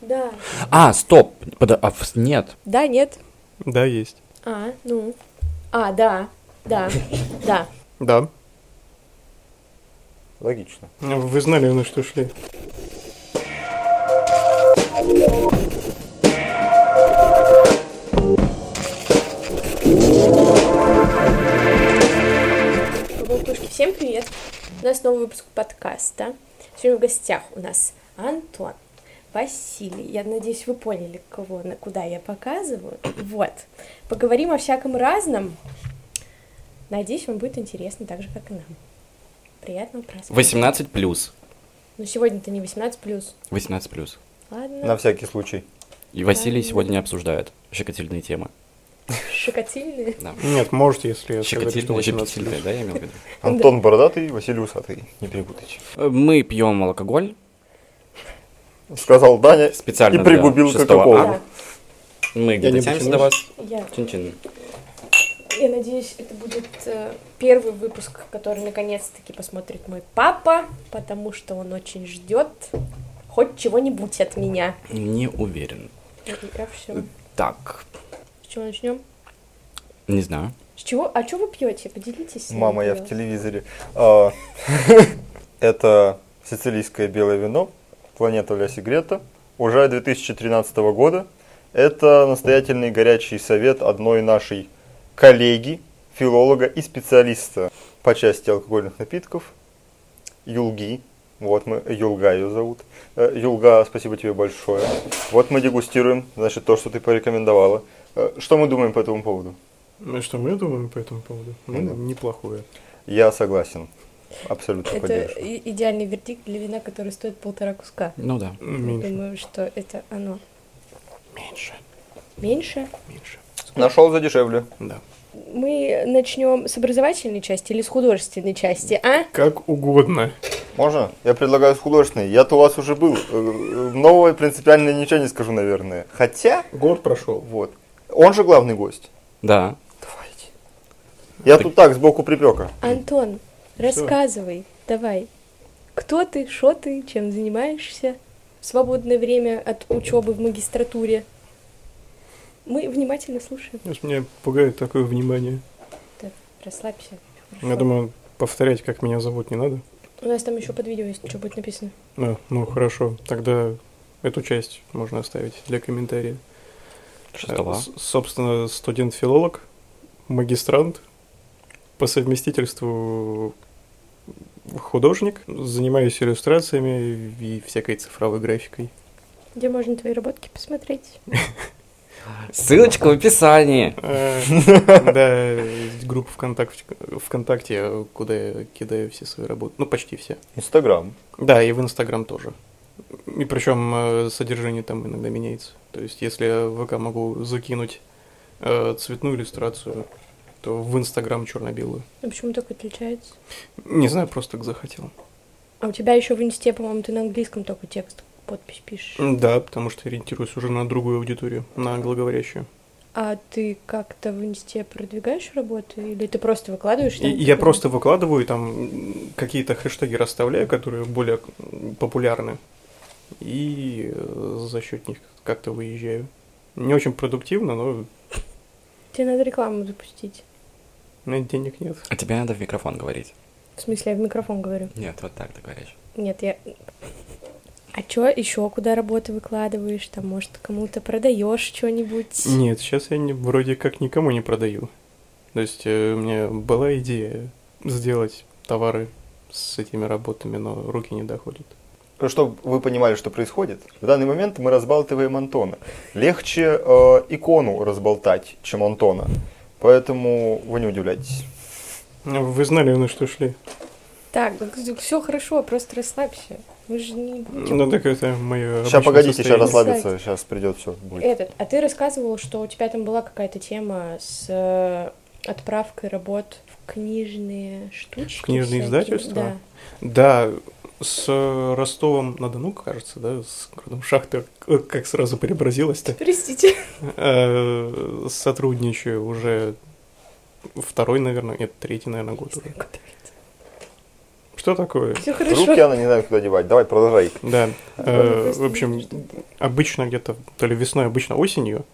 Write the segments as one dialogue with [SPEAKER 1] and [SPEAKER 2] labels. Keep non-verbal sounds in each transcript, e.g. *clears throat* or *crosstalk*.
[SPEAKER 1] Да.
[SPEAKER 2] А, стоп. Подо- а, ф- Нет.
[SPEAKER 1] Да, нет.
[SPEAKER 3] Да, есть.
[SPEAKER 1] А, ну. А, да. Да. Да.
[SPEAKER 3] Да.
[SPEAKER 4] Логично.
[SPEAKER 3] Ну, Вы знали, на что шли.
[SPEAKER 1] Болтушки, всем привет! У нас новый выпуск подкаста. Сегодня в гостях у нас Антон, Василий. Я надеюсь, вы поняли, кого, на куда я показываю. Вот. Поговорим о всяком разном. Надеюсь, вам будет интересно так же, как и нам. Приятного просмотра.
[SPEAKER 2] 18 плюс.
[SPEAKER 1] Ну, сегодня-то не 18+. плюс.
[SPEAKER 2] 18 плюс.
[SPEAKER 1] Ладно.
[SPEAKER 4] На всякий случай.
[SPEAKER 2] И Василий сегодня не обсуждает щекотильные темы.
[SPEAKER 1] Шикотильные.
[SPEAKER 2] Да.
[SPEAKER 3] Нет, можете, если я скажу, что
[SPEAKER 2] Щекотильные,
[SPEAKER 3] 18
[SPEAKER 2] щепетильные,
[SPEAKER 3] плюс.
[SPEAKER 2] да, я имел в виду?
[SPEAKER 4] Антон бородатый, Василий усатый. Не перепутайте.
[SPEAKER 2] Э, Мы пьем алкоголь.
[SPEAKER 4] Сказал Даня
[SPEAKER 2] Специально
[SPEAKER 4] и
[SPEAKER 2] для
[SPEAKER 4] пригубил
[SPEAKER 2] шестого
[SPEAKER 4] кока
[SPEAKER 2] А. Мы
[SPEAKER 3] не
[SPEAKER 2] дотянемся до
[SPEAKER 3] потяну.
[SPEAKER 2] вас.
[SPEAKER 1] Да, я
[SPEAKER 2] Чин-чин.
[SPEAKER 1] Я надеюсь, это будет э, первый выпуск, который наконец-таки посмотрит мой папа, потому что он очень ждет хоть чего-нибудь от меня.
[SPEAKER 2] Не уверен.
[SPEAKER 1] Я все.
[SPEAKER 2] Так,
[SPEAKER 1] С чего начнем?
[SPEAKER 2] не знаю.
[SPEAKER 1] С чего? А что вы пьете? Поделитесь. с нами,
[SPEAKER 4] Мама, я в
[SPEAKER 1] пожалуйста.
[SPEAKER 4] телевизоре. А, *laughs* Это сицилийское белое вино, планета Ля Секрета, урожай 2013 года. Это настоятельный горячий совет одной нашей коллеги, филолога и специалиста по части алкогольных напитков, Юлги. Вот мы, Юлга ее зовут. Э, Юлга, спасибо тебе большое. Вот мы дегустируем, значит, то, что ты порекомендовала. Э, Что мы думаем по этому поводу?
[SPEAKER 3] Ну что мы думаем по этому поводу? Ну,
[SPEAKER 4] Ну да.
[SPEAKER 3] неплохое.
[SPEAKER 4] Я согласен. Абсолютно
[SPEAKER 1] Это
[SPEAKER 4] поддерживаю.
[SPEAKER 1] и- идеальный вердикт для вина, который стоит полтора куска.
[SPEAKER 2] Ну да.
[SPEAKER 3] Меньше.
[SPEAKER 1] Думаю, что это оно.
[SPEAKER 3] Меньше.
[SPEAKER 1] Меньше.
[SPEAKER 3] Меньше.
[SPEAKER 4] Нашел задешевле.
[SPEAKER 3] Да.
[SPEAKER 1] Мы начнем с образовательной части или с художественной части, а?
[SPEAKER 3] Как угодно.
[SPEAKER 4] Можно? Я предлагаю с художественной. Я-то у вас уже был. Э, э, Новое принципиально ничего не скажу, наверное. Хотя,
[SPEAKER 3] Год прошел.
[SPEAKER 4] вот. Он же главный гость.
[SPEAKER 2] Да.
[SPEAKER 4] Давайте. Я тут так, сбоку припека.
[SPEAKER 1] Антон, рассказывай, давай. Кто ты, что ты, чем занимаешься в свободное время от учебы в магистратуре? Мы внимательно слушаем.
[SPEAKER 3] Сейчас меня пугает такое внимание.
[SPEAKER 1] Да, расслабься.
[SPEAKER 3] Я думаю, повторять, как меня зовут, не надо.
[SPEAKER 1] У нас там еще под видео есть, что будет написано.
[SPEAKER 3] А, ну, хорошо. Тогда эту часть можно оставить для комментария.
[SPEAKER 2] Шестого.
[SPEAKER 3] Э, с- Собственно, студент-филолог, магистрант, по совместительству художник, занимаюсь иллюстрациями и всякой цифровой графикой.
[SPEAKER 1] Где можно твои работки посмотреть?
[SPEAKER 2] Ссылочка в описании.
[SPEAKER 3] Э, *laughs* Да, есть группа ВКонтакте, ВКонтакте, куда я кидаю все свои работы, ну почти все.
[SPEAKER 4] Инстаграм.
[SPEAKER 3] Да, и в Инстаграм тоже. И причем содержание там иногда меняется. То есть, если я в ВК могу закинуть э, цветную иллюстрацию, то в Инстаграм черно-белую.
[SPEAKER 1] Ну почему так отличается?
[SPEAKER 3] Не знаю, просто так захотел.
[SPEAKER 1] А у тебя еще в инсте, по-моему, ты на английском только текст, подпись пишешь.
[SPEAKER 3] Да, потому что ориентируюсь уже на другую аудиторию, на англоговорящую.
[SPEAKER 1] А ты как-то в инсте продвигаешь работу или ты просто выкладываешь?
[SPEAKER 3] И
[SPEAKER 1] там?
[SPEAKER 3] я просто выкладываю и там м, какие-то хэштеги расставляю, которые более м, популярны. И э, за счет них как-то выезжаю. Не очень продуктивно, но
[SPEAKER 1] Тебе надо рекламу запустить.
[SPEAKER 3] у меня денег нет.
[SPEAKER 2] А тебе надо в микрофон говорить.
[SPEAKER 1] В смысле, я в микрофон говорю.
[SPEAKER 2] Нет, вот так ты говоришь.
[SPEAKER 1] Нет, я... А чё еще куда работы выкладываешь? Там, может, кому-то продаешь что-нибудь?
[SPEAKER 3] Нет, сейчас я не, вроде как никому не продаю. То есть э, у меня была идея сделать товары с этими работами, но руки не доходят.
[SPEAKER 4] Чтобы Э, вы понимали, что происходит, в данный момент мы разбалтываем Антона. Легче э, икону разболтать, чем Антона. Поэтому вы не удивляйтесь.
[SPEAKER 3] Вы знали, на что шли.
[SPEAKER 1] Так, все хорошо, просто расслабься. Мы же не будем.
[SPEAKER 3] Ну так это мое
[SPEAKER 4] Сейчас погодите, сейчас
[SPEAKER 3] сейчас
[SPEAKER 4] расслабиться, сейчас придет все. Будет.
[SPEAKER 1] Этот, а ты рассказывал, что у тебя там была какая-то тема с э, отправкой работ в книжные штучки.
[SPEAKER 3] В книжные
[SPEAKER 1] всякие.
[SPEAKER 3] издательства?
[SPEAKER 1] Да.
[SPEAKER 3] Да, с э, Ростовом на Дону, кажется, да, с городом Шахты, э, как сразу преобразилось-то,
[SPEAKER 1] Простите.
[SPEAKER 3] Э, сотрудничаю уже второй, наверное, нет, третий, наверное, год уже. Что такое?
[SPEAKER 1] Все
[SPEAKER 4] Руки
[SPEAKER 1] хорошо.
[SPEAKER 4] она не знает, куда девать. Давай, продолжай.
[SPEAKER 3] Да.
[SPEAKER 1] Ладно,
[SPEAKER 3] Э, В
[SPEAKER 1] прости,
[SPEAKER 3] общем, обычно где-то, то ли весной, обычно осенью,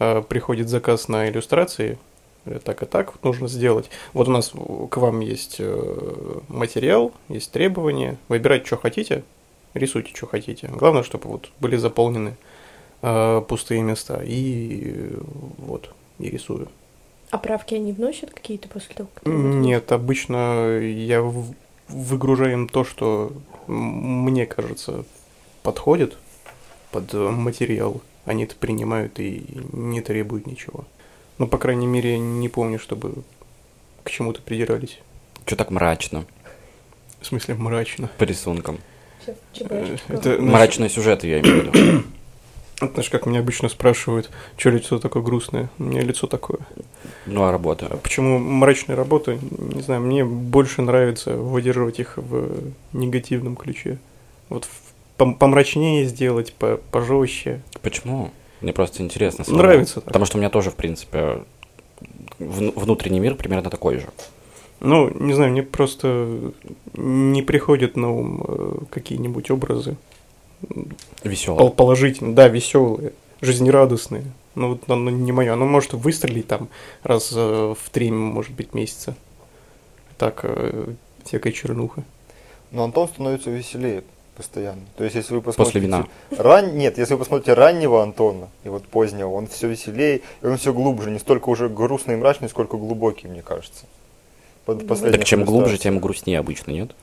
[SPEAKER 3] э, приходит заказ на иллюстрации. Говорят, Так и так вот нужно сделать. Вот у нас э, к вам есть э, материал, есть требования. Выбирайте, что хотите, рисуйте, что хотите. Главное, чтобы вот были заполнены э, пустые места. И э, вот, и рисую.
[SPEAKER 1] А правки они вносят какие-то после того, как... ты готовишь?
[SPEAKER 3] Нет, обычно я в- выгружаю им то, что м- мне кажется подходит под э, материал. Они это принимают и не требуют ничего. Ну, по крайней мере, не помню, чтобы к чему-то придирались.
[SPEAKER 2] Че так мрачно
[SPEAKER 3] В смысле, мрачно.
[SPEAKER 2] по рисункам?
[SPEAKER 1] Всё, чебурашечка.
[SPEAKER 3] Э, это- Ну,
[SPEAKER 2] Мрачные сюжеты я имею в виду.
[SPEAKER 3] Это знаешь, как меня обычно спрашивают, что лицо такое грустное. У меня лицо такое.
[SPEAKER 2] Ну, а работа?
[SPEAKER 3] Почему мрачные работы? Не знаю, мне больше нравится выдерживать их в негативном ключе. Вот в- пом- помрачнее сделать, по пожестче.
[SPEAKER 2] Почему? Мне просто интересно. самому.
[SPEAKER 3] Нравится так.
[SPEAKER 2] Потому что у меня тоже, в принципе, вну- внутренний мир примерно такой же.
[SPEAKER 3] Ну, не знаю, мне просто не приходят на ум э, какие-нибудь образы. Пол-
[SPEAKER 2] Веселый.
[SPEAKER 3] положительные, да, веселые, жизнерадостные. Ну, вот оно не мое. Оно может выстрелить там раз э, в три, может быть, месяца. Так, э, всякая чернуха.
[SPEAKER 4] Но Антон становится веселее постоянно. То есть, если вы посмотрите...
[SPEAKER 2] После вина.
[SPEAKER 4] Ран... Нет, если вы посмотрите раннего Антона и вот позднего, он все веселее, и он все глубже. Не столько уже грустный и мрачный, сколько глубокий, мне кажется. Под последних
[SPEAKER 2] Так чем глубже,
[SPEAKER 4] иллюстраций.
[SPEAKER 2] тем грустнее обычно, нет?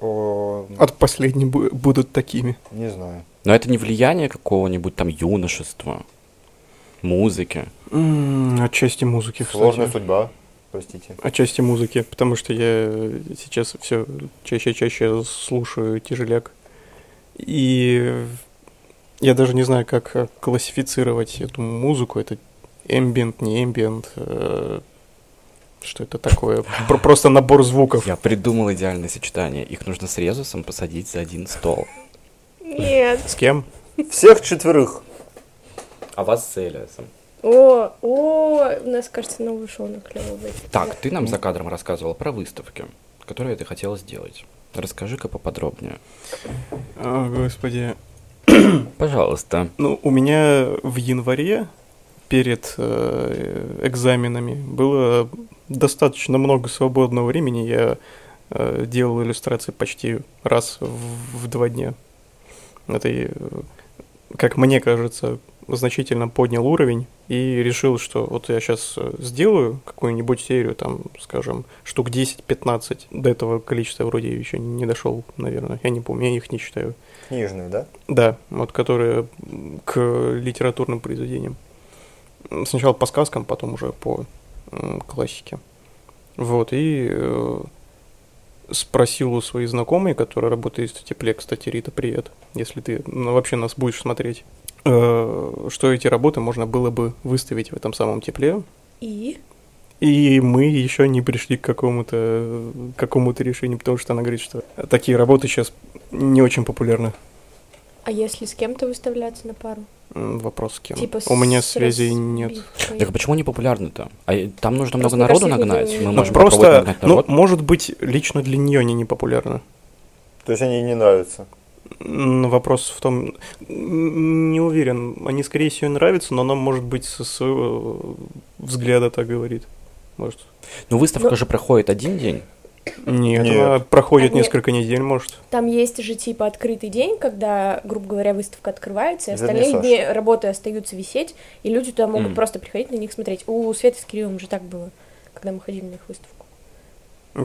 [SPEAKER 4] О,
[SPEAKER 3] От последних бу- будут такими.
[SPEAKER 4] Не знаю.
[SPEAKER 2] Но это не влияние какого-нибудь там юношества, музыки.
[SPEAKER 3] М, Отчасти музыки, кстати.
[SPEAKER 4] Сложная судьба, простите.
[SPEAKER 3] Отчасти музыки, потому что я сейчас все чаще-чаще слушаю тяжеляк. И я даже не знаю, как классифицировать эту музыку. Это эмбиент, не эмбиент. э, Что это такое? Про- Просто набор звуков.
[SPEAKER 2] Я придумал идеальное сочетание. Их нужно с резусом посадить за один стол.
[SPEAKER 1] Нет.
[SPEAKER 3] С кем?
[SPEAKER 4] Всех четверых.
[SPEAKER 2] А вас с Элиасом.
[SPEAKER 1] О, о, у нас, кажется, новый шоу на клёво будет.
[SPEAKER 2] Так, ты нам за кадром рассказывал про выставки, которые ты хотела сделать. Расскажи-ка поподробнее.
[SPEAKER 3] О, господи.
[SPEAKER 2] Пожалуйста.
[SPEAKER 3] Ну, у меня в январе перед э, экзаменами было достаточно много свободного времени. Я э, делал иллюстрации почти раз в, в два дня. Это, и, э, как мне кажется, значительно поднял уровень и решил, что вот я сейчас сделаю какую-нибудь серию, там, скажем, штук 10-15. До этого количества вроде еще не дошел, наверное. Я не помню, я их не читаю.
[SPEAKER 4] Книжную, да?
[SPEAKER 3] Да, вот которые м, к литературным произведениям. М, Сначала по сказкам, потом уже по м, классике. Вот, и э, спросил у своей знакомой, которая работает в тепле, кстати, Рита, привет, если ты ну, вообще нас будешь смотреть, э, что эти работы можно было бы выставить в этом самом тепле.
[SPEAKER 1] И?
[SPEAKER 3] И мы еще не пришли к какому-то э, какому-то решению, потому что она говорит, что такие работы сейчас не очень популярны.
[SPEAKER 1] А если с кем-то выставляться на пару?
[SPEAKER 3] М, Вопрос с кем?
[SPEAKER 1] Типа
[SPEAKER 3] У меня
[SPEAKER 1] с
[SPEAKER 3] связей нет.
[SPEAKER 1] разбивкой.
[SPEAKER 2] Так а почему они популярны-то? А и- там нужно
[SPEAKER 1] Просто
[SPEAKER 2] много народу
[SPEAKER 1] красивые
[SPEAKER 2] нагнать.
[SPEAKER 1] люди.
[SPEAKER 2] Мы
[SPEAKER 1] Ну,
[SPEAKER 3] Ну,
[SPEAKER 2] можем попробовать
[SPEAKER 3] просто,
[SPEAKER 2] нагнать
[SPEAKER 3] ну,
[SPEAKER 2] народ.
[SPEAKER 3] может быть, лично для нее они не популярны.
[SPEAKER 4] То есть они ей не нравятся.
[SPEAKER 3] Но вопрос в том, м, не уверен, они, скорее всего, нравятся, но она, может быть, со своего взгляда так говорит. Может.
[SPEAKER 2] Ну, выставка
[SPEAKER 1] ну-
[SPEAKER 2] же проходит один день.
[SPEAKER 3] Нет,
[SPEAKER 4] Нет.
[SPEAKER 3] она проходит
[SPEAKER 1] Они-
[SPEAKER 3] несколько недель, может.
[SPEAKER 1] Там есть же типа открытый день, когда, грубо говоря, выставка открывается, и
[SPEAKER 4] Верни,
[SPEAKER 1] остальные
[SPEAKER 4] Саша.
[SPEAKER 1] дни работы остаются висеть, и люди туда могут
[SPEAKER 2] М.
[SPEAKER 1] просто приходить на них смотреть. У Светы с Кириллом же так было, когда мы ходили на их выставку.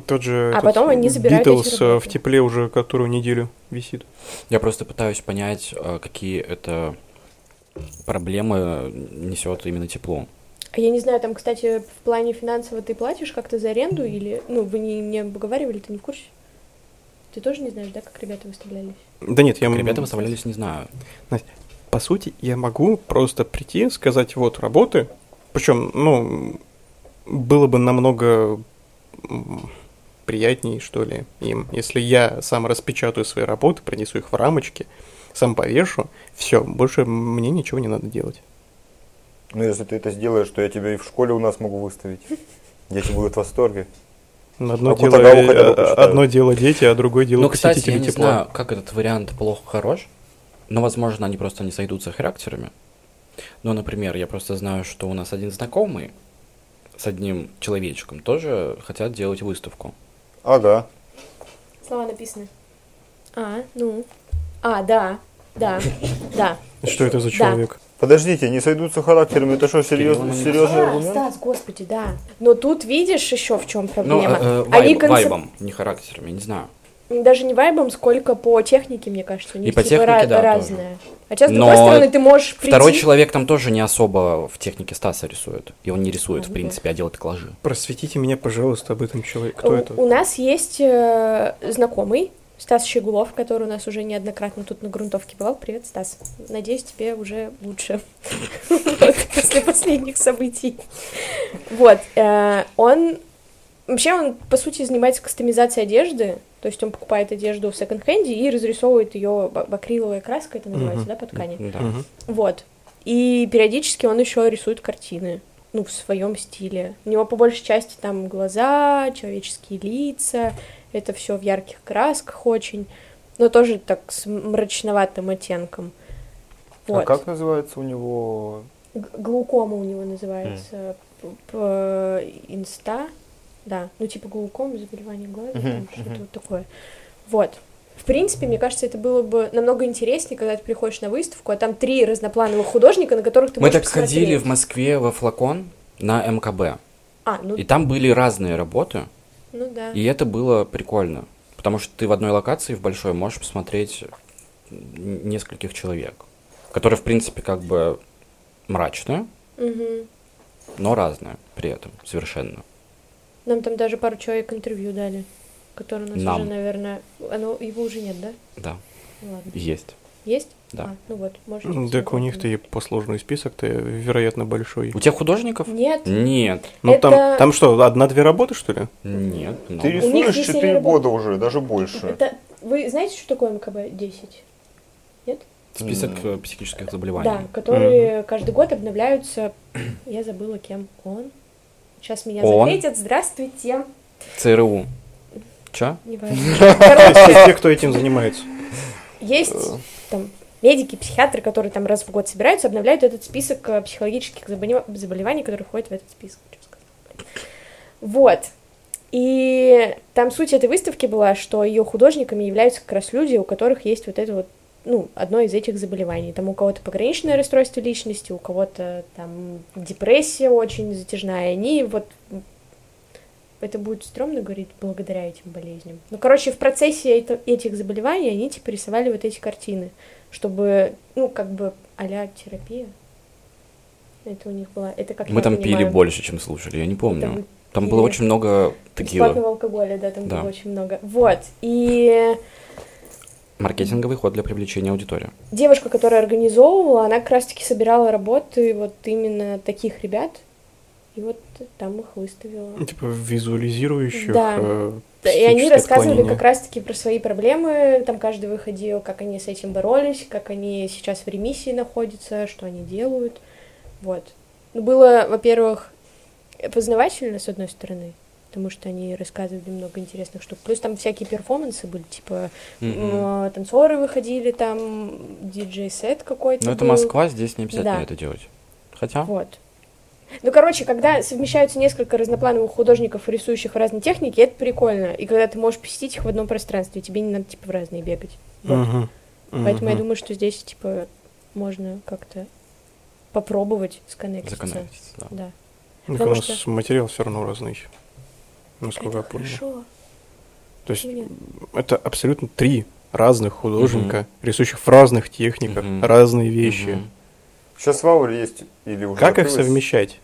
[SPEAKER 3] Тот же
[SPEAKER 1] А потом они забирают эти
[SPEAKER 3] Битлз э, в
[SPEAKER 1] работы.
[SPEAKER 3] тепле уже которую неделю висит.
[SPEAKER 2] Я просто пытаюсь понять, э, какие это проблемы несет именно тепло.
[SPEAKER 1] А я не знаю, там, кстати, в плане финансово ты платишь как-то за аренду или... Ну, вы не, не обговаривали, ты не в курсе? Ты тоже не знаешь, да, как ребята выставлялись?
[SPEAKER 3] Да нет, я...
[SPEAKER 2] Как
[SPEAKER 3] м,
[SPEAKER 2] ребята выставлялись, не знаю.
[SPEAKER 3] По сути, я могу просто прийти, сказать, вот, работы. Причем, ну, было бы намного м, приятней, что ли, им, если я сам распечатаю свои работы, принесу их в рамочки, сам повешу, все, больше мне ничего не надо делать.
[SPEAKER 4] Ну, если ты это сделаешь, то я тебя и в школе у нас могу выставить. Дети будут в восторге.
[SPEAKER 3] Одно,
[SPEAKER 4] А
[SPEAKER 3] дело,
[SPEAKER 4] Кутагаву хотя бы
[SPEAKER 3] э,
[SPEAKER 4] почитают.
[SPEAKER 3] одно дело дети, а другое дело
[SPEAKER 2] Ну, кстати, я
[SPEAKER 3] посетители
[SPEAKER 2] не
[SPEAKER 3] тепла.
[SPEAKER 2] знаю, как этот вариант плохо хорош, но, возможно, они просто не сойдутся характерами. Ну, например, я просто знаю, что у нас один знакомый с одним человечком тоже хотят делать выставку.
[SPEAKER 4] Ага.
[SPEAKER 1] Слова написаны. А, ну. А, да, да, да.
[SPEAKER 3] Что это за
[SPEAKER 1] Да.
[SPEAKER 3] человек?
[SPEAKER 4] Подождите, не сойдутся характерами, это что,
[SPEAKER 2] Кирилл,
[SPEAKER 4] серьезный,
[SPEAKER 2] ну, он
[SPEAKER 4] серьезный
[SPEAKER 1] А,
[SPEAKER 4] аргумент?
[SPEAKER 1] Стас, господи, да. Но тут видишь еще в чем
[SPEAKER 2] Ну,
[SPEAKER 1] проблема.
[SPEAKER 2] э, э,
[SPEAKER 1] Они
[SPEAKER 2] вайб-
[SPEAKER 1] концеп-
[SPEAKER 2] вайбом, не характерами, не знаю.
[SPEAKER 1] даже не вайбом, сколько по технике, мне кажется, у них
[SPEAKER 2] И по
[SPEAKER 1] типа
[SPEAKER 2] технике,
[SPEAKER 1] ра-
[SPEAKER 2] да,
[SPEAKER 1] разное. А сейчас, с
[SPEAKER 2] Но
[SPEAKER 1] другой стороны, ты можешь прийти...
[SPEAKER 2] Второй человек там тоже не особо в технике Стаса рисует. И он не рисует, в
[SPEAKER 1] Ну,
[SPEAKER 2] принципе, а делает коллажи.
[SPEAKER 3] Просветите меня, пожалуйста, об этом человеке.
[SPEAKER 1] у,
[SPEAKER 3] Кто это?
[SPEAKER 1] у нас есть э, знакомый, Стас Щегулов, который у нас уже неоднократно тут на грунтовке бывал. Привет, Стас. Надеюсь, тебе уже лучше *laughs* Вот, после последних событий. Вот. э, Он... Вообще он, по сути, занимается кастомизацией одежды. То есть он покупает одежду в секонд-хенде и разрисовывает ее акриловой краской, это называется,
[SPEAKER 3] Мгм.
[SPEAKER 1] да, по ткани?
[SPEAKER 2] Да.
[SPEAKER 3] Мгм.
[SPEAKER 1] Вот. И периодически он еще рисует картины. Ну, в своем стиле. У него по большей части там глаза, человеческие лица. Это все в ярких красках очень. Но тоже так с мрачноватым оттенком. Вот.
[SPEAKER 4] А как называется у него?
[SPEAKER 1] Г- Глаукома у него называется. П- п- Инста. Да. Ну, типа глаукома, заболевание глаза,
[SPEAKER 4] Мгм,
[SPEAKER 1] там что-то
[SPEAKER 4] мгм.
[SPEAKER 1] вот такое. Вот. В принципе, мне кажется, это было бы намного интереснее, когда ты приходишь на выставку, а там три разноплановых художника, на которых ты
[SPEAKER 2] Мы
[SPEAKER 1] можешь
[SPEAKER 2] так ходили
[SPEAKER 1] посмотреть.
[SPEAKER 2] в Москве во флакон на МКБ.
[SPEAKER 1] А, ну,
[SPEAKER 2] И там были разные работы,
[SPEAKER 1] ну да.
[SPEAKER 2] и это было прикольно. Потому что ты в одной локации, в большой, можешь посмотреть н- нескольких человек, которые, в принципе, как бы мрачные,
[SPEAKER 1] Мгм.
[SPEAKER 2] но разные при этом совершенно.
[SPEAKER 1] Нам там даже пару человек интервью дали, которые у нас
[SPEAKER 2] Нам.
[SPEAKER 1] уже, наверное... Оно, его уже нет, да?
[SPEAKER 2] Да,
[SPEAKER 1] Ну Ладно.
[SPEAKER 2] есть.
[SPEAKER 1] Есть?
[SPEAKER 2] Да.
[SPEAKER 1] А, ну вот, можете...
[SPEAKER 3] Ну,
[SPEAKER 1] посмотреть
[SPEAKER 3] Так у них-то и послужный список-то, вероятно, большой.
[SPEAKER 2] У тебя художников?
[SPEAKER 1] Нет.
[SPEAKER 2] Нет.
[SPEAKER 3] Ну там,
[SPEAKER 1] Это-
[SPEAKER 3] там что, одна-две работы, что ли?
[SPEAKER 2] Нет. ну.
[SPEAKER 4] Ты
[SPEAKER 1] У них,
[SPEAKER 4] рисуешь
[SPEAKER 1] если
[SPEAKER 4] 4
[SPEAKER 1] не
[SPEAKER 4] года уже, даже больше.
[SPEAKER 1] Это... Вы знаете, что такое МКБ-10?
[SPEAKER 2] Список э, психических заболеваний.
[SPEAKER 1] Да, которые каждый год обновляются... *clears throat* Я забыла, кем он. Сейчас меня
[SPEAKER 2] Он.
[SPEAKER 1] заметят. Здравствуйте.
[SPEAKER 2] ЦРУ. Чё?
[SPEAKER 1] Не важно. Короче,
[SPEAKER 3] Те, кто
[SPEAKER 1] *laughs*
[SPEAKER 3] этим занимается.
[SPEAKER 1] Есть там медики, психиатры, которые там раз в год собираются, обновляют этот список э, психологических забоне- заболеваний, которые входят в этот список. Чё сказала, блин. Вот. И там суть этой выставки была, что ее художниками являются как раз люди, у которых есть вот это вот, ну, одно из этих заболеваний. Там у кого-то пограничное расстройство личности, у кого-то там депрессия очень затяжная. и Они вот это будет стрёмно говорить благодаря этим болезням. Ну, короче, в процессе это- этих заболеваний они типа рисовали вот эти картины, чтобы, ну, как бы а-ля терапия. Это у них была. Это как
[SPEAKER 2] Мы
[SPEAKER 1] я
[SPEAKER 2] там
[SPEAKER 1] понимаю,
[SPEAKER 2] пили больше, чем слушали, я не
[SPEAKER 1] это
[SPEAKER 2] помню.
[SPEAKER 1] вы
[SPEAKER 2] Там
[SPEAKER 1] пили
[SPEAKER 2] было очень много
[SPEAKER 1] Бесплатного
[SPEAKER 2] текилы.
[SPEAKER 1] алкоголя, да, там
[SPEAKER 2] Да.
[SPEAKER 1] было очень много. Вот. И
[SPEAKER 2] Маркетинговый ход для привлечения аудитории.
[SPEAKER 1] девушка, которая организовывала, она как раз-таки собирала работы вот именно таких ребят. И вот там их выставила.
[SPEAKER 3] Типа визуализирующих.
[SPEAKER 1] Да.
[SPEAKER 3] э,
[SPEAKER 1] Да, И они
[SPEAKER 3] психическое
[SPEAKER 1] рассказывали
[SPEAKER 3] отклонение.
[SPEAKER 1] как раз-таки про свои проблемы, там каждый выходил, как они с этим боролись, как они сейчас в ремиссии находятся, что они делают, вот. Ну, было, во-первых, познавательно, с одной стороны, потому что они рассказывали много интересных штук, плюс там всякие перформансы были, типа м, танцоры выходили, там диджей-сет какой-то
[SPEAKER 3] Ну,
[SPEAKER 2] Но это
[SPEAKER 1] был.
[SPEAKER 2] Москва, здесь не обязательно
[SPEAKER 1] Да.
[SPEAKER 2] это делать. Хотя,
[SPEAKER 1] Вот. Ну, короче, когда совмещаются несколько разноплановых художников, рисующих в разной технике, это прикольно. И когда ты можешь посетить их в одном пространстве, и тебе не надо, типа, в разные бегать. Вот.
[SPEAKER 3] Мгм.
[SPEAKER 1] Поэтому я
[SPEAKER 3] Мгм.
[SPEAKER 1] думаю, что здесь, типа, можно как-то попробовать сконнектиться.
[SPEAKER 2] законодательство. да.
[SPEAKER 1] Да.
[SPEAKER 3] Ну,
[SPEAKER 1] потому
[SPEAKER 3] у нас
[SPEAKER 1] что-
[SPEAKER 3] материал все равно разный. Насколько я
[SPEAKER 1] это
[SPEAKER 3] помню.
[SPEAKER 1] хорошо.
[SPEAKER 3] То есть
[SPEAKER 1] Нет.
[SPEAKER 3] это абсолютно три разных художника, рисующих в разных техниках,
[SPEAKER 2] Мгм.
[SPEAKER 3] разные вещи.
[SPEAKER 2] Мгм.
[SPEAKER 4] Сейчас в ауре есть или уже
[SPEAKER 3] Как их
[SPEAKER 4] закрылось?
[SPEAKER 3] совмещать?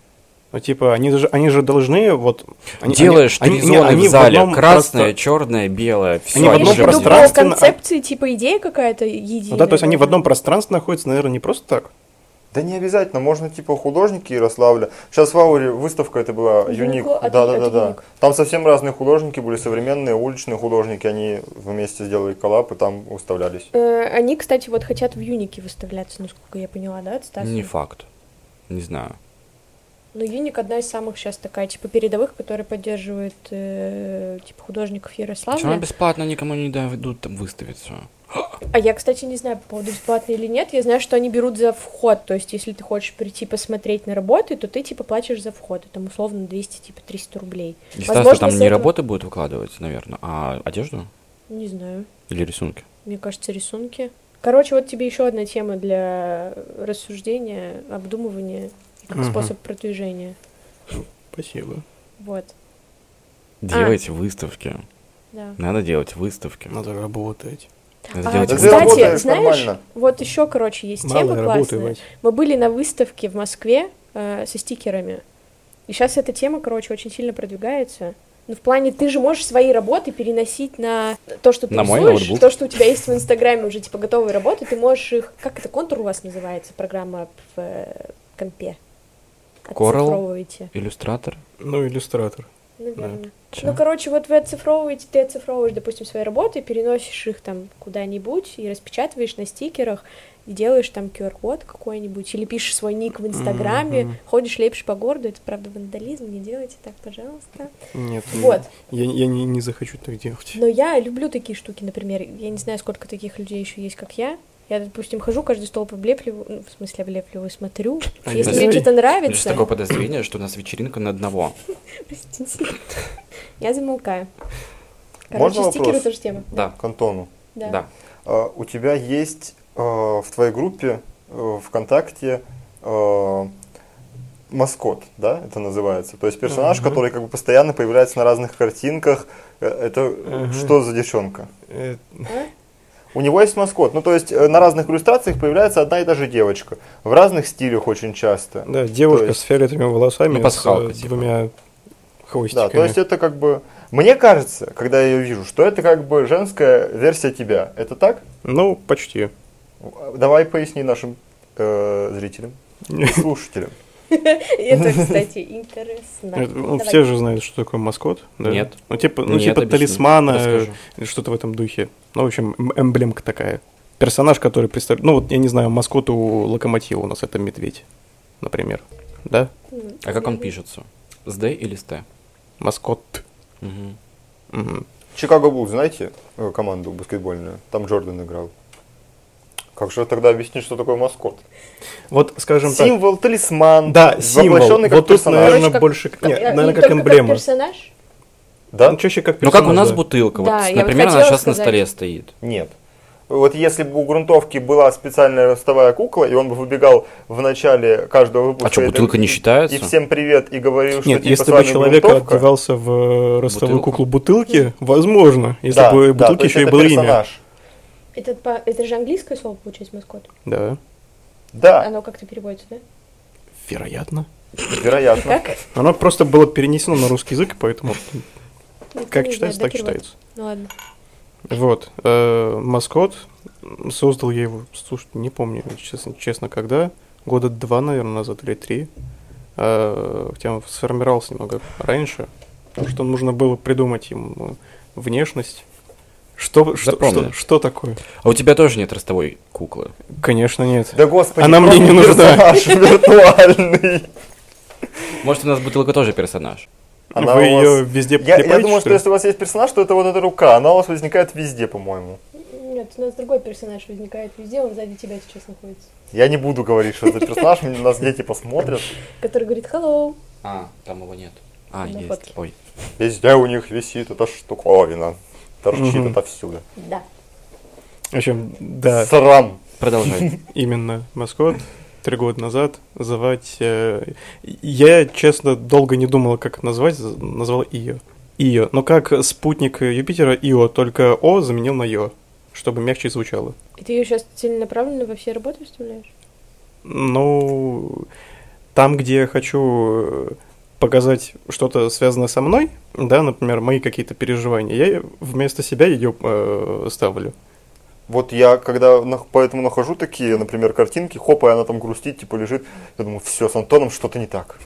[SPEAKER 3] Ну, типа, они же, они же должны вот... Они,
[SPEAKER 2] Делаешь
[SPEAKER 3] они-
[SPEAKER 2] три
[SPEAKER 3] они- не,
[SPEAKER 2] зоны
[SPEAKER 3] они
[SPEAKER 2] в зале.
[SPEAKER 3] одном
[SPEAKER 2] Красное,
[SPEAKER 3] просто-
[SPEAKER 2] черное, белое. Все
[SPEAKER 3] в
[SPEAKER 1] Ты имеешь
[SPEAKER 3] одном
[SPEAKER 1] в виду по
[SPEAKER 3] пространстве на-
[SPEAKER 1] концепции, типа, идея какая-то единая.
[SPEAKER 3] Ну да, то есть они в
[SPEAKER 1] должна
[SPEAKER 3] одном
[SPEAKER 1] быть?
[SPEAKER 3] пространстве находятся, наверное, не просто так.
[SPEAKER 4] Да не обязательно, можно типа художники Ярославля. Сейчас в ауре выставка это была Юник.
[SPEAKER 1] Юнико от-
[SPEAKER 4] Да, да, да,
[SPEAKER 1] от
[SPEAKER 4] да.
[SPEAKER 1] Юник.
[SPEAKER 4] Там совсем разные художники были, современные уличные художники, они вместе сделали коллаб и там выставлялись.
[SPEAKER 1] Э, Они, кстати, вот хотят в Юнике выставляться, насколько я поняла, да, от Стаса?
[SPEAKER 2] Не факт. Не знаю.
[SPEAKER 1] Но Ну, Юник одна из самых сейчас такая, типа, передовых, которая поддерживает, э, типа, художников
[SPEAKER 2] Почему она
[SPEAKER 1] Ярославля.
[SPEAKER 2] бесплатно никому не дадут там выставить все?
[SPEAKER 1] А я, кстати, не знаю, по поводу бесплатно или нет. Я знаю, что они берут за вход. То есть, если ты хочешь прийти посмотреть на работы, то ты, типа, платишь за вход. И Там, условно, 200, типа, 300 рублей.
[SPEAKER 2] Естественно,
[SPEAKER 1] Возможно,
[SPEAKER 2] там
[SPEAKER 1] с
[SPEAKER 2] не
[SPEAKER 1] этого-
[SPEAKER 2] работы будут выкладывать, наверное, а одежду
[SPEAKER 1] Не знаю.
[SPEAKER 2] или рисунки.
[SPEAKER 1] Мне кажется, рисунки. Короче, вот тебе еще одна тема для рассуждения, обдумывания, как
[SPEAKER 3] Мгм.
[SPEAKER 1] способ продвижения.
[SPEAKER 3] Спасибо.
[SPEAKER 1] Вот,
[SPEAKER 2] Делайте выставки.
[SPEAKER 1] да.
[SPEAKER 2] Надо делать выставки.
[SPEAKER 3] Надо работать.
[SPEAKER 2] Надо
[SPEAKER 1] А,
[SPEAKER 2] делать
[SPEAKER 4] Да ты
[SPEAKER 1] кстати,
[SPEAKER 2] выставки.
[SPEAKER 4] работаешь
[SPEAKER 1] знаешь,
[SPEAKER 4] нормально.
[SPEAKER 1] вот еще, короче, есть
[SPEAKER 3] Мало
[SPEAKER 1] тема
[SPEAKER 3] работы,
[SPEAKER 1] классная.
[SPEAKER 3] Вась.
[SPEAKER 1] Мы были на выставке в Москве э, со стикерами. И сейчас эта тема, короче, очень сильно продвигается. Ну, в плане, ты же можешь свои работы переносить на то, что ты
[SPEAKER 2] На мой
[SPEAKER 1] рисуешь,
[SPEAKER 2] ноутбук.
[SPEAKER 1] то, что у тебя есть в Инстаграме уже, типа, готовые работы, ты можешь их... Как это, контур у вас называется, программа в э, компе?
[SPEAKER 2] Corel?
[SPEAKER 1] Оцифровываете.
[SPEAKER 2] Иллюстратор.
[SPEAKER 3] Ну, иллюстратор.
[SPEAKER 1] Наверное.
[SPEAKER 2] Чё?
[SPEAKER 1] Ну, короче, вот вы оцифровываете, ты оцифровываешь, допустим, свои работы, переносишь их там куда-нибудь и распечатываешь на стикерах, и делаешь там QR-код какой-нибудь, или пишешь свой ник в Инстаграме,
[SPEAKER 3] Мгм.
[SPEAKER 1] ходишь, лепишь по городу, это, правда, вандализм, не делайте так, пожалуйста.
[SPEAKER 3] Нет,
[SPEAKER 1] Вот. Ну,
[SPEAKER 3] я, я не, не захочу так делать.
[SPEAKER 1] Но я люблю такие штуки, например, я не знаю, сколько таких людей еще есть, как я, я, допустим, хожу, каждый столб облепливаю, ну, в смысле, облепливаю, смотрю.
[SPEAKER 3] А
[SPEAKER 1] Если
[SPEAKER 2] я-
[SPEAKER 1] мне что-то
[SPEAKER 2] Есть
[SPEAKER 1] нравится, *laughs*
[SPEAKER 2] *laughs* такое подозрение, что у нас вечеринка на одного.
[SPEAKER 1] простите, я замолкаю.
[SPEAKER 4] Можно
[SPEAKER 1] Короче, стикеры
[SPEAKER 4] вопрос?
[SPEAKER 1] тоже тема.
[SPEAKER 2] Да,
[SPEAKER 4] К Антону.
[SPEAKER 1] Да.
[SPEAKER 2] да.
[SPEAKER 4] А, У тебя есть э, в твоей группе э, ВКонтакте э, маскот, да, это называется? То есть персонаж,
[SPEAKER 3] Ага.
[SPEAKER 4] который как бы постоянно появляется на разных картинках. Э, Это
[SPEAKER 3] Ага.
[SPEAKER 4] что за девчонка?
[SPEAKER 3] Э,
[SPEAKER 1] А?
[SPEAKER 4] У него есть маскот, ну то есть э, на разных иллюстрациях появляется одна и та же девочка. В разных стилях очень часто.
[SPEAKER 3] Да, девушка
[SPEAKER 4] Ну, То есть-
[SPEAKER 3] с фиолетовыми волосами,
[SPEAKER 2] Ну, пасхалка,
[SPEAKER 3] с э,
[SPEAKER 2] типа.
[SPEAKER 3] двумя хвостиками.
[SPEAKER 4] Да, то есть это как бы... Мне кажется, когда я ее вижу, что это как бы женская версия тебя. Это так?
[SPEAKER 3] Ну, почти.
[SPEAKER 4] Давай поясни нашим э, *laughs* зрителям, слушателям.
[SPEAKER 3] *laughs*
[SPEAKER 1] Это, кстати, интересно.
[SPEAKER 3] Это, ну,
[SPEAKER 1] Давай.
[SPEAKER 3] все же знают, что такое маскот. да?
[SPEAKER 2] Нет.
[SPEAKER 3] Ну, типа, ну,
[SPEAKER 2] Нет,
[SPEAKER 3] типа
[SPEAKER 2] объясни.
[SPEAKER 3] талисмана, э,
[SPEAKER 2] Расскажи.
[SPEAKER 3] что-то в этом духе. Ну, в общем, м- эмблемка такая. Персонаж, который представляет... Ну, вот, я не знаю, маскот у локомотива у нас это медведь, например. Да?
[SPEAKER 1] М,
[SPEAKER 2] А как он пишется? С Д или с Т?
[SPEAKER 3] Маскот.
[SPEAKER 2] Мгм.
[SPEAKER 3] Мгм.
[SPEAKER 4] Чикаго Булл, знаете, э, команду баскетбольную? Там Джордан играл. Как же тогда объяснить, что такое маскот?
[SPEAKER 3] Вот, скажем так...
[SPEAKER 4] Символ, талисман,
[SPEAKER 3] Да, символ.
[SPEAKER 4] воплощенный как
[SPEAKER 3] Вот тут,
[SPEAKER 4] персонаж.
[SPEAKER 3] наверное,
[SPEAKER 1] Ну, Короче, как-
[SPEAKER 3] больше... к- Нет,
[SPEAKER 1] Э, и
[SPEAKER 3] наверное, как
[SPEAKER 1] только
[SPEAKER 3] эмблема.
[SPEAKER 1] персонаж?
[SPEAKER 4] Да?
[SPEAKER 3] Ну, чаще как
[SPEAKER 2] Ну как у
[SPEAKER 3] персонаж,
[SPEAKER 2] нас
[SPEAKER 3] да.
[SPEAKER 2] бутылка, вот,
[SPEAKER 1] Да,
[SPEAKER 2] с-
[SPEAKER 1] я вот
[SPEAKER 2] например, она
[SPEAKER 1] хотела
[SPEAKER 2] сейчас на
[SPEAKER 1] сказать.
[SPEAKER 2] столе стоит.
[SPEAKER 4] Нет. Вот если бы у Грунтовки была специальная ростовая кукла, и он бы выбегал в начале каждого выпуска...
[SPEAKER 2] А что,
[SPEAKER 4] этой-
[SPEAKER 2] бутылка не
[SPEAKER 4] И
[SPEAKER 2] считается?
[SPEAKER 4] всем привет, и говорил, что
[SPEAKER 3] Нет,
[SPEAKER 4] типа, с
[SPEAKER 3] если бы
[SPEAKER 4] вами
[SPEAKER 3] человек
[SPEAKER 4] Грунтовка.
[SPEAKER 3] одевался в э, ростовую
[SPEAKER 2] Бутылку.
[SPEAKER 3] куклу бутылки, возможно. Если
[SPEAKER 4] Да,
[SPEAKER 3] бы
[SPEAKER 4] да,
[SPEAKER 3] бутылки
[SPEAKER 4] то есть
[SPEAKER 3] еще и
[SPEAKER 4] это
[SPEAKER 3] было имя.
[SPEAKER 4] персонаж.
[SPEAKER 1] Это, по- это же английское слово, получается, маскот.
[SPEAKER 3] Да,
[SPEAKER 4] Да,
[SPEAKER 1] Оно как-то переводится, да?
[SPEAKER 3] вероятно.
[SPEAKER 4] вероятно.
[SPEAKER 1] Как?
[SPEAKER 3] Оно просто было перенесено на русский язык, поэтому
[SPEAKER 1] Ну,
[SPEAKER 3] как
[SPEAKER 1] не
[SPEAKER 3] читается,
[SPEAKER 1] знаю,
[SPEAKER 3] так
[SPEAKER 1] да, перевод.
[SPEAKER 3] читается.
[SPEAKER 1] Ну ладно.
[SPEAKER 3] Вот. э, Маскот. м, Создал я его, слушай, не помню, честно, честно когда. Года два, наверное, назад или три. Э, Хотя он сформировался немного раньше. Потому что нужно было придумать ему внешность. Что, что,
[SPEAKER 2] Запомнили.
[SPEAKER 3] что, что такое?
[SPEAKER 2] А у тебя тоже нет ростовой куклы?
[SPEAKER 3] Конечно, нет.
[SPEAKER 4] Да господи,
[SPEAKER 3] Она мне А не
[SPEAKER 4] просто
[SPEAKER 3] нужна.
[SPEAKER 4] персонаж виртуальный.
[SPEAKER 2] Может, у нас бутылка тоже персонаж?
[SPEAKER 4] Она
[SPEAKER 3] Вы
[SPEAKER 4] у вас-
[SPEAKER 3] ее везде
[SPEAKER 4] Я, я
[SPEAKER 3] клепаете,
[SPEAKER 4] думаю, что
[SPEAKER 3] ли?
[SPEAKER 4] если у вас есть персонаж, то это вот эта рука. Она у вас возникает везде, по-моему.
[SPEAKER 1] Нет, у нас другой персонаж возникает везде, он сзади тебя сейчас находится.
[SPEAKER 4] Я не буду говорить, что это персонаж, мне- нас дети посмотрят.
[SPEAKER 1] Который говорит «Hello».
[SPEAKER 2] А, там его нет. А,
[SPEAKER 1] На
[SPEAKER 2] есть.
[SPEAKER 1] фотке.
[SPEAKER 2] Ой.
[SPEAKER 4] Везде у них висит эта штуковина. Торчит
[SPEAKER 3] Мгм.
[SPEAKER 4] отовсюду.
[SPEAKER 1] Да.
[SPEAKER 3] В общем, да,
[SPEAKER 4] Срам.
[SPEAKER 2] Продолжай.
[SPEAKER 3] именно Маскот три года назад звать... э, я, честно, долго не думала, как это назвать, з- назвал Ио. Ио. Но как спутник Юпитера Ио, только О заменил на Йо, чтобы мягче звучало.
[SPEAKER 1] И ты ее сейчас целенаправленно во все работы вставляешь?
[SPEAKER 3] Ну, там, где я хочу э, показать что-то связанное со мной, да, например, мои какие-то переживания, я вместо себя ее ставлю.
[SPEAKER 4] Вот я, когда нах- поэтому нахожу такие, например, картинки, хоп, и она там грустит, типа лежит. Я думаю, все, с Антоном что-то не так.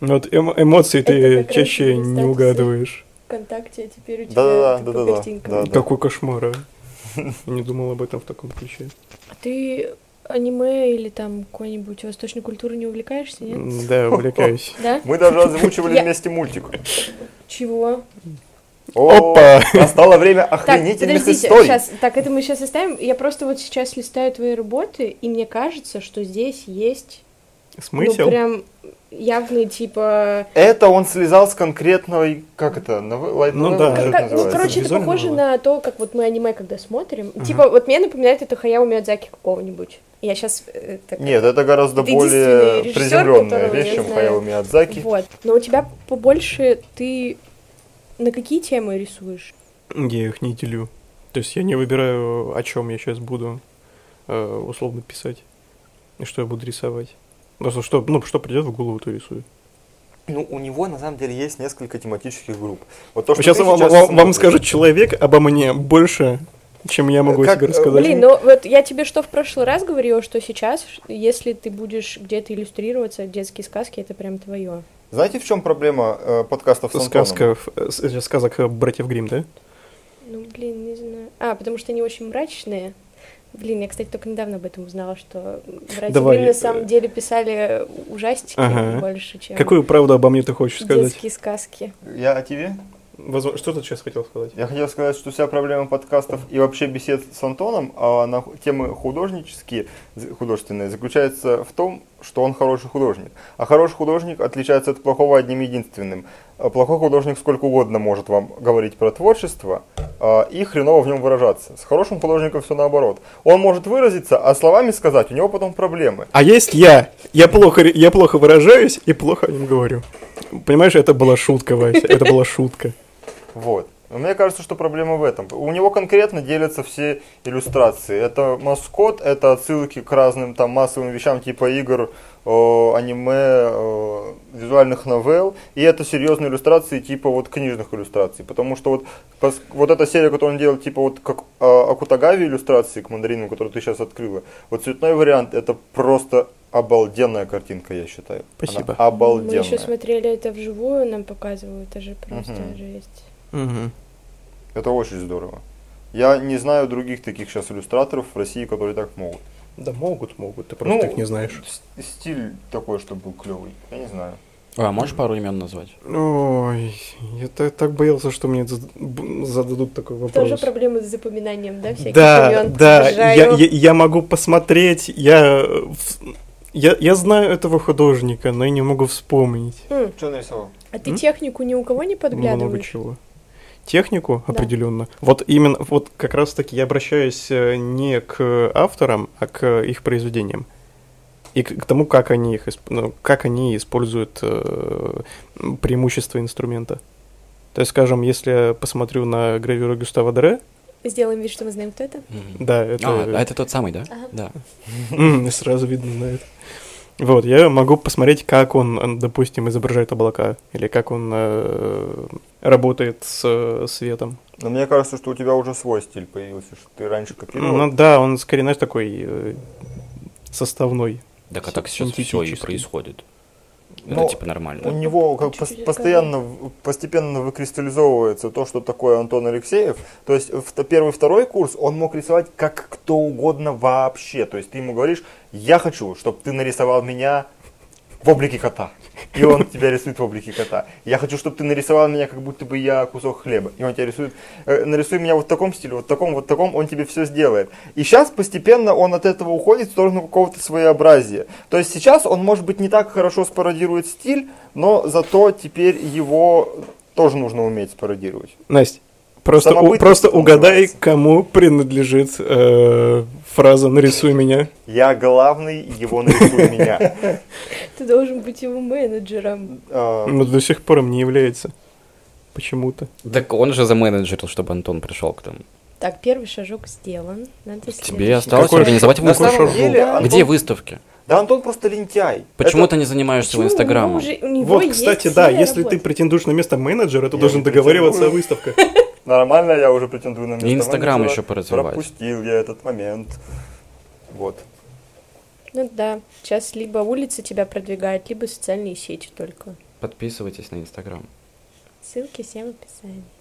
[SPEAKER 3] Ну, Вот эмо- эмоции
[SPEAKER 1] Это
[SPEAKER 3] ты
[SPEAKER 1] как раз
[SPEAKER 3] чаще
[SPEAKER 1] и
[SPEAKER 3] не
[SPEAKER 1] статусы.
[SPEAKER 3] угадываешь.
[SPEAKER 1] Вконтакте, а теперь у тебя
[SPEAKER 4] Да-да-да,
[SPEAKER 1] только
[SPEAKER 4] да-да-да,
[SPEAKER 1] картинка.
[SPEAKER 3] *laughs*
[SPEAKER 4] да-да.
[SPEAKER 3] Какой кошмар, а? Не думал об этом в таком ключе.
[SPEAKER 1] А ты аниме или там какой-нибудь восточной культуры не увлекаешься, нет?
[SPEAKER 3] М, Да,
[SPEAKER 4] *laughs*
[SPEAKER 3] увлекаюсь.
[SPEAKER 1] Да?
[SPEAKER 4] Мы
[SPEAKER 3] *laughs*
[SPEAKER 4] даже озвучивали
[SPEAKER 1] Я-
[SPEAKER 4] вместе мультик.
[SPEAKER 1] Чего?
[SPEAKER 4] О,
[SPEAKER 3] Опа!
[SPEAKER 4] Настало время
[SPEAKER 1] Так,
[SPEAKER 4] охренительных
[SPEAKER 1] подождите,
[SPEAKER 4] историй.
[SPEAKER 1] щас, так, это мы сейчас оставим. Я просто вот сейчас листаю твои работы, и мне кажется, что здесь есть, ну,
[SPEAKER 3] Смысл?
[SPEAKER 1] прям явный, типа...
[SPEAKER 4] Это он слезал с конкретной, как это, нове- лайт
[SPEAKER 3] Ну
[SPEAKER 4] новеллы,
[SPEAKER 3] да.
[SPEAKER 4] как
[SPEAKER 1] Как-
[SPEAKER 4] это
[SPEAKER 1] как- ну,
[SPEAKER 4] называется?
[SPEAKER 1] короче, это
[SPEAKER 3] Визуально
[SPEAKER 1] похоже
[SPEAKER 3] новелла.
[SPEAKER 1] на то, как вот мы аниме когда смотрим. Типа, вот мне напоминает это Хаяо Миядзаки какого-нибудь. Я э, сейчас...
[SPEAKER 4] Нет, это гораздо
[SPEAKER 1] Это единственный
[SPEAKER 4] более
[SPEAKER 1] режиссер,
[SPEAKER 4] приземленная
[SPEAKER 1] которого я
[SPEAKER 4] вещь, чем
[SPEAKER 1] знаю.
[SPEAKER 4] Хаяо Миядзаки.
[SPEAKER 1] Вот. Но у тебя побольше ты на какие темы рисуешь?
[SPEAKER 3] Я их не делю. То есть я не выбираю, о чем я сейчас буду э, условно писать. И что я буду рисовать. Просто что, ну, что придет в голову, то и рисую.
[SPEAKER 4] Ну, у него на самом деле есть несколько тематических групп. Вот то, что
[SPEAKER 3] сейчас
[SPEAKER 4] ты
[SPEAKER 3] вам,
[SPEAKER 4] сейчас
[SPEAKER 3] вам- вам
[SPEAKER 4] смотришь.
[SPEAKER 3] скажет человек обо мне больше, чем я могу
[SPEAKER 4] Как,
[SPEAKER 3] себе
[SPEAKER 4] э,
[SPEAKER 3] рассказать.
[SPEAKER 1] Блин, ну вот я тебе что в прошлый раз говорила, что сейчас, ш- если ты будешь где-то иллюстрироваться, детские сказки, это прям твое.
[SPEAKER 4] Знаете, в чем проблема э, подкастов с Антоном?
[SPEAKER 3] Сказка, ф- э, с- э, сказок э, братьев Гримм, да?
[SPEAKER 1] Ну, блин, не знаю. А, потому что они очень мрачные. Блин, я, кстати, только недавно об этом узнала, что братья
[SPEAKER 3] Давай,
[SPEAKER 1] Гримм на
[SPEAKER 3] э,
[SPEAKER 1] самом деле писали ужастики
[SPEAKER 3] ага.
[SPEAKER 1] больше, чем
[SPEAKER 3] Какую правду обо мне ты хочешь сказать?
[SPEAKER 1] детские сказки.
[SPEAKER 4] Я о тебе?
[SPEAKER 3] Возможно, что ты сейчас хотел сказать?
[SPEAKER 4] Я хотел сказать, что вся проблема подкастов и вообще бесед с Антоном, а на ху- темы художнические, з- художественные, заключается в том, что он хороший художник. А хороший художник отличается от плохого одним единственным. А Плохой художник сколько угодно может вам говорить про творчество а, и хреново в нем выражаться. С хорошим художником все наоборот. Он может выразиться, а словами сказать у него потом проблемы.
[SPEAKER 3] А есть я. Я плохо, ре- я плохо выражаюсь и плохо о нем говорю. Понимаешь, это была шутка, Вася. Это была шутка.
[SPEAKER 4] Вот. Но Мне кажется, что проблема в этом. У него конкретно делятся все иллюстрации. Это маскот, это отсылки к разным там массовым вещам типа игр, э, аниме, э, визуальных новелл. И это серьезные иллюстрации типа вот книжных иллюстраций. Потому что вот, пос- вот эта серия, которую он делал, типа вот как э, Акутагави иллюстрации к мандарину, которую ты сейчас открыла. Вот цветной вариант, это просто обалденная картинка, я считаю. Она
[SPEAKER 3] Спасибо.
[SPEAKER 4] обалденная.
[SPEAKER 1] Мы еще смотрели это вживую, нам показывают, это же просто
[SPEAKER 4] Мгм.
[SPEAKER 1] жесть.
[SPEAKER 4] Это очень здорово. Я не знаю других таких сейчас иллюстраторов в России, которые так могут.
[SPEAKER 3] Да могут, могут. Ты просто
[SPEAKER 4] просто Ну, их
[SPEAKER 3] их
[SPEAKER 4] не
[SPEAKER 3] не знаешь.
[SPEAKER 4] С- Стиль такой, чтобы был клевый. Я не знаю.
[SPEAKER 2] *laughs* А можешь пару имен назвать?
[SPEAKER 3] Ой, я та- так боялся, что мне зад- б- зададут такой вопрос.
[SPEAKER 1] Тоже проблемы с запоминанием, да, всяких
[SPEAKER 3] Да,
[SPEAKER 1] имён?
[SPEAKER 3] да, я,
[SPEAKER 1] Обожаю.
[SPEAKER 3] я- я могу посмотреть, я, э, в- я, я знаю этого художника, но я не могу вспомнить
[SPEAKER 1] М,
[SPEAKER 4] Что нарисовал?
[SPEAKER 1] А ты
[SPEAKER 3] М?
[SPEAKER 1] технику ни у кого не
[SPEAKER 3] много
[SPEAKER 1] подглядываешь?
[SPEAKER 3] чего. Технику
[SPEAKER 1] Да.
[SPEAKER 3] определенно. Вот именно, вот как раз-таки я обращаюсь э, не к авторам, а к их произведениям. И к, к тому, как они, их, исп- ну, как они используют э, м, преимущества инструмента. То есть, скажем, если я посмотрю на гравюру Гюстава Дре,
[SPEAKER 1] Сделаем вид, что мы знаем, кто это.
[SPEAKER 2] Мгм.
[SPEAKER 3] да, это... э,
[SPEAKER 2] А, а это тот самый, да?
[SPEAKER 1] Ага.
[SPEAKER 2] Да.
[SPEAKER 3] М, Сразу видно, знает. Вот, я могу посмотреть, как он, э, допустим, изображает облака, или как он э, работает с э, светом.
[SPEAKER 4] Но мне кажется, что у тебя уже свой стиль появился, что ты раньше копировал.
[SPEAKER 3] Ну да, он скорее, знаешь, такой э, составной.
[SPEAKER 2] Так а так сейчас все и
[SPEAKER 3] Синтетический.
[SPEAKER 2] происходит.
[SPEAKER 4] Ну,
[SPEAKER 2] Это типа
[SPEAKER 4] У
[SPEAKER 2] нормально.
[SPEAKER 4] него как
[SPEAKER 1] Чуть-чуть
[SPEAKER 4] пос-
[SPEAKER 1] рассказал.
[SPEAKER 4] постоянно, в- постепенно выкристаллизовывается то, что такое Антон Алексеев. То есть в т- первый-второй курс он мог рисовать как кто угодно вообще. То есть ты ему говоришь, я хочу, чтобы ты нарисовал меня в облике кота. И он тебя рисует в облике кота. Я хочу, чтобы ты нарисовал меня, как будто бы я кусок хлеба. И он тебя рисует. «Э, Нарисуй меня вот в таком стиле, вот в таком, вот в таком, он тебе все сделает. И сейчас постепенно он от этого уходит в сторону какого-то своеобразия. То есть сейчас он, может быть, не так хорошо спародирует стиль, но зато теперь его тоже нужно уметь спародировать.
[SPEAKER 3] Настя, просто, у-
[SPEAKER 4] Самобытность
[SPEAKER 3] просто
[SPEAKER 4] это
[SPEAKER 3] угадай,
[SPEAKER 4] называется.
[SPEAKER 3] кому принадлежит э, фраза «нарисуй меня».
[SPEAKER 4] Я главный, его нарисуй меня.
[SPEAKER 1] Ты должен быть его менеджером.
[SPEAKER 4] Э,
[SPEAKER 3] Но Ну, до сих пор им не является. Почему-то.
[SPEAKER 2] Так он же заменеджерил, чтобы Антон пришел к тому.
[SPEAKER 1] Так, первый шажок сделан. Надо
[SPEAKER 2] Тебе
[SPEAKER 1] следующий.
[SPEAKER 2] осталось
[SPEAKER 3] Какой ш-
[SPEAKER 2] организовать
[SPEAKER 4] На
[SPEAKER 3] Какой
[SPEAKER 2] выставку.
[SPEAKER 4] самом
[SPEAKER 3] шажок?
[SPEAKER 4] деле,
[SPEAKER 2] Где
[SPEAKER 4] Антон-
[SPEAKER 2] выставки?
[SPEAKER 4] Да Антон просто лентяй.
[SPEAKER 2] Почему
[SPEAKER 4] Это-
[SPEAKER 2] ты не занимаешься
[SPEAKER 1] Почему? У него
[SPEAKER 2] Инстаграмом?
[SPEAKER 1] уже- у него
[SPEAKER 3] Вот,
[SPEAKER 1] есть
[SPEAKER 3] кстати,
[SPEAKER 1] своя
[SPEAKER 3] да, если
[SPEAKER 1] работа.
[SPEAKER 3] ты претендуешь на место менеджера, ты
[SPEAKER 4] Я
[SPEAKER 3] должен
[SPEAKER 4] не
[SPEAKER 3] договариваться о
[SPEAKER 4] претендую.
[SPEAKER 3] выставках.
[SPEAKER 4] Нормально, я уже претендую на место
[SPEAKER 2] И Инстаграм
[SPEAKER 4] менеджера.
[SPEAKER 2] еще поразвивать.
[SPEAKER 4] Пропустил я этот момент. Вот.
[SPEAKER 1] Ну да, сейчас либо улица тебя продвигает, либо социальные сети только.
[SPEAKER 2] Подписывайтесь на Инстаграм.
[SPEAKER 1] Ссылки всем в описании.